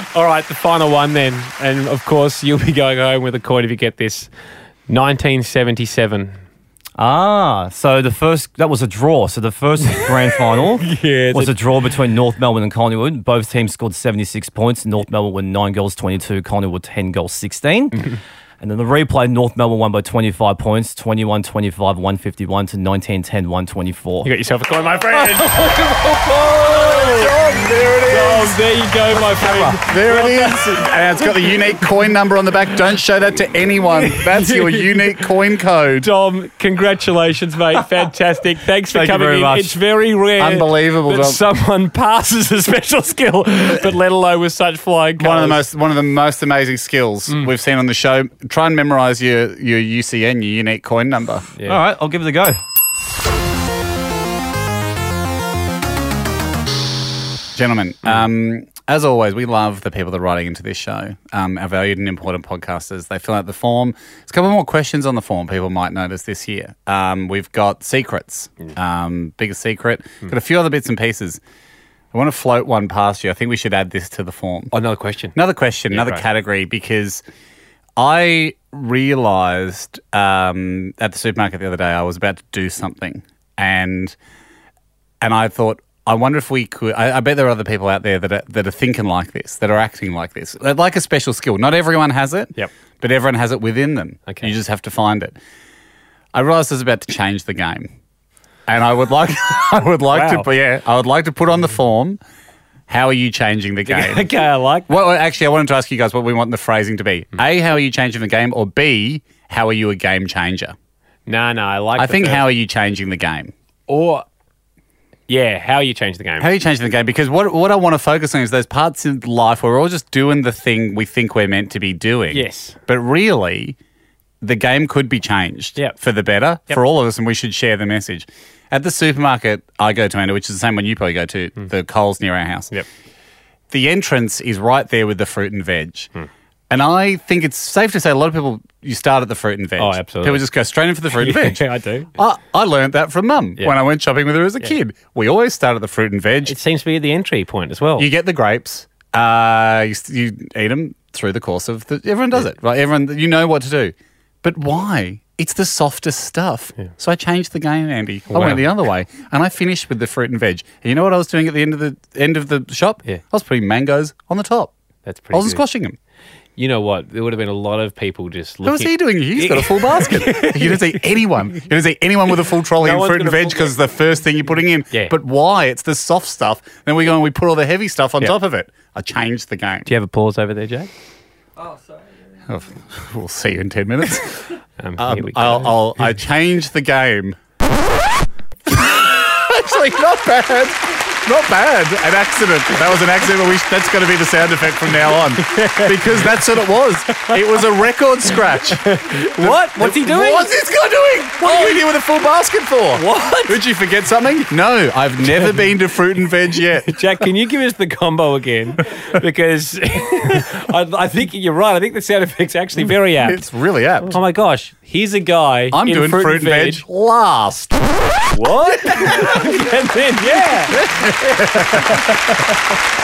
Speaker 1: All right, the final one then. And of course, you'll be going home with a coin if you get this. 1977.
Speaker 15: Ah, so the first, that was a draw. So the first grand final
Speaker 1: Yeah,
Speaker 15: was
Speaker 1: the-
Speaker 15: a draw between North Melbourne and Collingwood. Both teams scored 76 points. North Melbourne won 9 goals 22, Collingwood 10 goals 16. and then the replay, North Melbourne won by 25 points 21 25, 151 to 19 10, 124.
Speaker 1: You got yourself a coin, my friend.
Speaker 2: there it
Speaker 1: is. there you go, my friend.
Speaker 2: There it is. And it's got the unique coin number on the back. Don't show that to anyone. That's your unique coin code.
Speaker 1: Dom, congratulations, mate. Fantastic. Thanks for
Speaker 2: Thank you
Speaker 1: coming
Speaker 2: very
Speaker 1: in.
Speaker 2: much.
Speaker 1: It's very rare.
Speaker 2: Unbelievable,
Speaker 1: That
Speaker 2: Dom.
Speaker 1: someone passes a special skill, but let alone with such flying colours.
Speaker 2: One of the most one of the most amazing skills we've seen on the show. Try and memorize your your UCN, your unique coin number.
Speaker 15: All right, I'll give it a go.
Speaker 2: Gentlemen, um, as always, we love the people that are writing into this show, um, our valued and important podcasters. They fill out the form. There's a couple more questions on the form people might notice this year. Um, we've got secrets, um, biggest secret, got a few other bits and pieces. I want to float one past you. I think we should add this to the form.
Speaker 1: another question.
Speaker 2: Another question, another
Speaker 1: right.
Speaker 2: category, because I realized um, at the supermarket the other day I was about to do something and and I thought, I wonder if we could. I, I bet there are other people out there that are, that are thinking like this, that are acting like this, They'd like a special skill. Not everyone has it, yep. but everyone has it within them. Okay. You just have to find it. I realized I was about to change the game, and I would like, I would like
Speaker 1: Wow.
Speaker 2: to, yeah, I would like to put on the form. How are you changing the game?
Speaker 1: okay, I like
Speaker 2: Well, well, actually, I wanted to ask you guys what we want the phrasing to
Speaker 1: Hmm.
Speaker 2: be. A, how are you changing the game? Or B, how are you a game changer?
Speaker 1: No, no, I like
Speaker 2: I
Speaker 1: the
Speaker 2: think
Speaker 1: first-
Speaker 2: how are you changing the game?
Speaker 1: Or, yeah, how you change the game.
Speaker 2: How are you changing the game? Because what, what I want to focus on is those parts in life where we're all just doing the thing we think we're meant to be doing.
Speaker 1: Yes.
Speaker 2: But really, the game could be changed for the better for all of us, and we should share the message. At the supermarket I go to, Andy, which is the same one you probably go to,
Speaker 1: Hmm.
Speaker 2: the Coles near our house. Yep. The entrance is right there with the fruit and veg.
Speaker 1: Hmm.
Speaker 2: And I think it's safe to say a lot of people, you start at the fruit and veg.
Speaker 1: Oh, absolutely.
Speaker 2: People just go straight in for the fruit and veg.
Speaker 1: yeah, I do.
Speaker 2: I, I learned that from mum when I went shopping with her as a kid. We always start at the fruit and veg.
Speaker 1: It seems to be the entry point as well.
Speaker 2: You get the grapes. Uh, you, s- you eat them through the course of the. Everyone does it, right? Everyone, you know what to do. But why? It's the softest stuff. So I changed the game, Andy. I
Speaker 1: Wow.
Speaker 2: went the other way, and I finished with the fruit and veg. And you know what I was doing at the end of the end of the shop? Yeah. I was putting mangoes on the top.
Speaker 1: That's
Speaker 2: I
Speaker 1: pretty.
Speaker 2: wasn't
Speaker 1: good.
Speaker 2: squashing them.
Speaker 1: You know what? There would have been a lot of people just looking.
Speaker 2: What was he doing? He's got a full basket. you don't see anyone. You don't see anyone with a full trolley
Speaker 1: No
Speaker 2: of
Speaker 1: one's
Speaker 2: fruit and
Speaker 1: got a
Speaker 2: veg because it's the first thing you're putting in.
Speaker 1: Yeah.
Speaker 2: But why? It's the soft stuff. Then we go and we put all the heavy stuff on top of it. I changed the game.
Speaker 1: Do you have a pause over there, Jake?
Speaker 2: Oh, We'll see you in 10 minutes.
Speaker 1: Um,
Speaker 2: Um,
Speaker 1: here we go.
Speaker 2: I'll, I'll, I changed the game. Actually, not bad. Not bad. An accident. That was an accident. but We, that's going to be the sound effect from now on because that's what it was. It was a record scratch.
Speaker 1: What? What's he doing?
Speaker 2: What's this guy doing? What are you in here with a full basket for?
Speaker 1: What?
Speaker 2: Did you forget something? No, I've never been to fruit and veg yet.
Speaker 1: Jack, can you give us the combo again? Because I, I think you're right. I think the sound effect's actually very apt.
Speaker 2: It's really apt.
Speaker 1: Oh my gosh, Here's a guy.
Speaker 2: I'm
Speaker 1: in
Speaker 2: doing
Speaker 1: fruit,
Speaker 2: fruit and veg last.
Speaker 1: What? and then, yeah.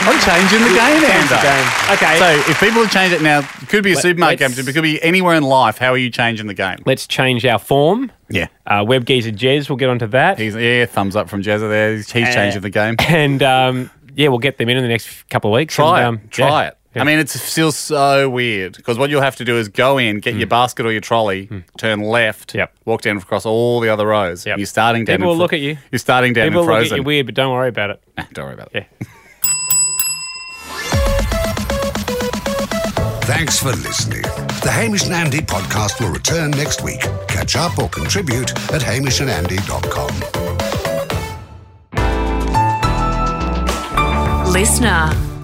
Speaker 2: I'm changing the game,
Speaker 1: Change the
Speaker 2: Andy.
Speaker 1: game. Okay.
Speaker 2: So if people have changed it now, it could be a
Speaker 1: Let-
Speaker 2: supermarket
Speaker 1: let's-
Speaker 2: game, it could be anywhere in life. How are you changing the game?
Speaker 1: Let's change our form.
Speaker 2: Yeah.
Speaker 1: Uh, Web Geezer Jez, we'll get onto that.
Speaker 2: He's, yeah, thumbs up from Jezza there. He's, he's
Speaker 1: Uh,
Speaker 2: changing the game.
Speaker 1: And um, yeah, we'll get them in in the next couple of weeks.
Speaker 2: Try
Speaker 1: and, um,
Speaker 2: it. Try
Speaker 1: yeah.
Speaker 2: it. I mean, it's still so weird because what you'll have to do is go in, get
Speaker 1: Mm.
Speaker 2: your basket or your trolley, turn left, walk down across all the other rows. Yep. You're starting down.
Speaker 1: People will
Speaker 2: in Fro-
Speaker 1: look at you.
Speaker 2: You're starting down
Speaker 1: People
Speaker 2: in
Speaker 1: will look
Speaker 2: Frozen.
Speaker 1: at you weird, but don't worry about it.
Speaker 2: Don't worry about
Speaker 1: it. Yeah.
Speaker 16: Thanks for listening. The Hamish and Andy podcast will return next week. Catch up or contribute at hamishandandy.com.
Speaker 17: Listener.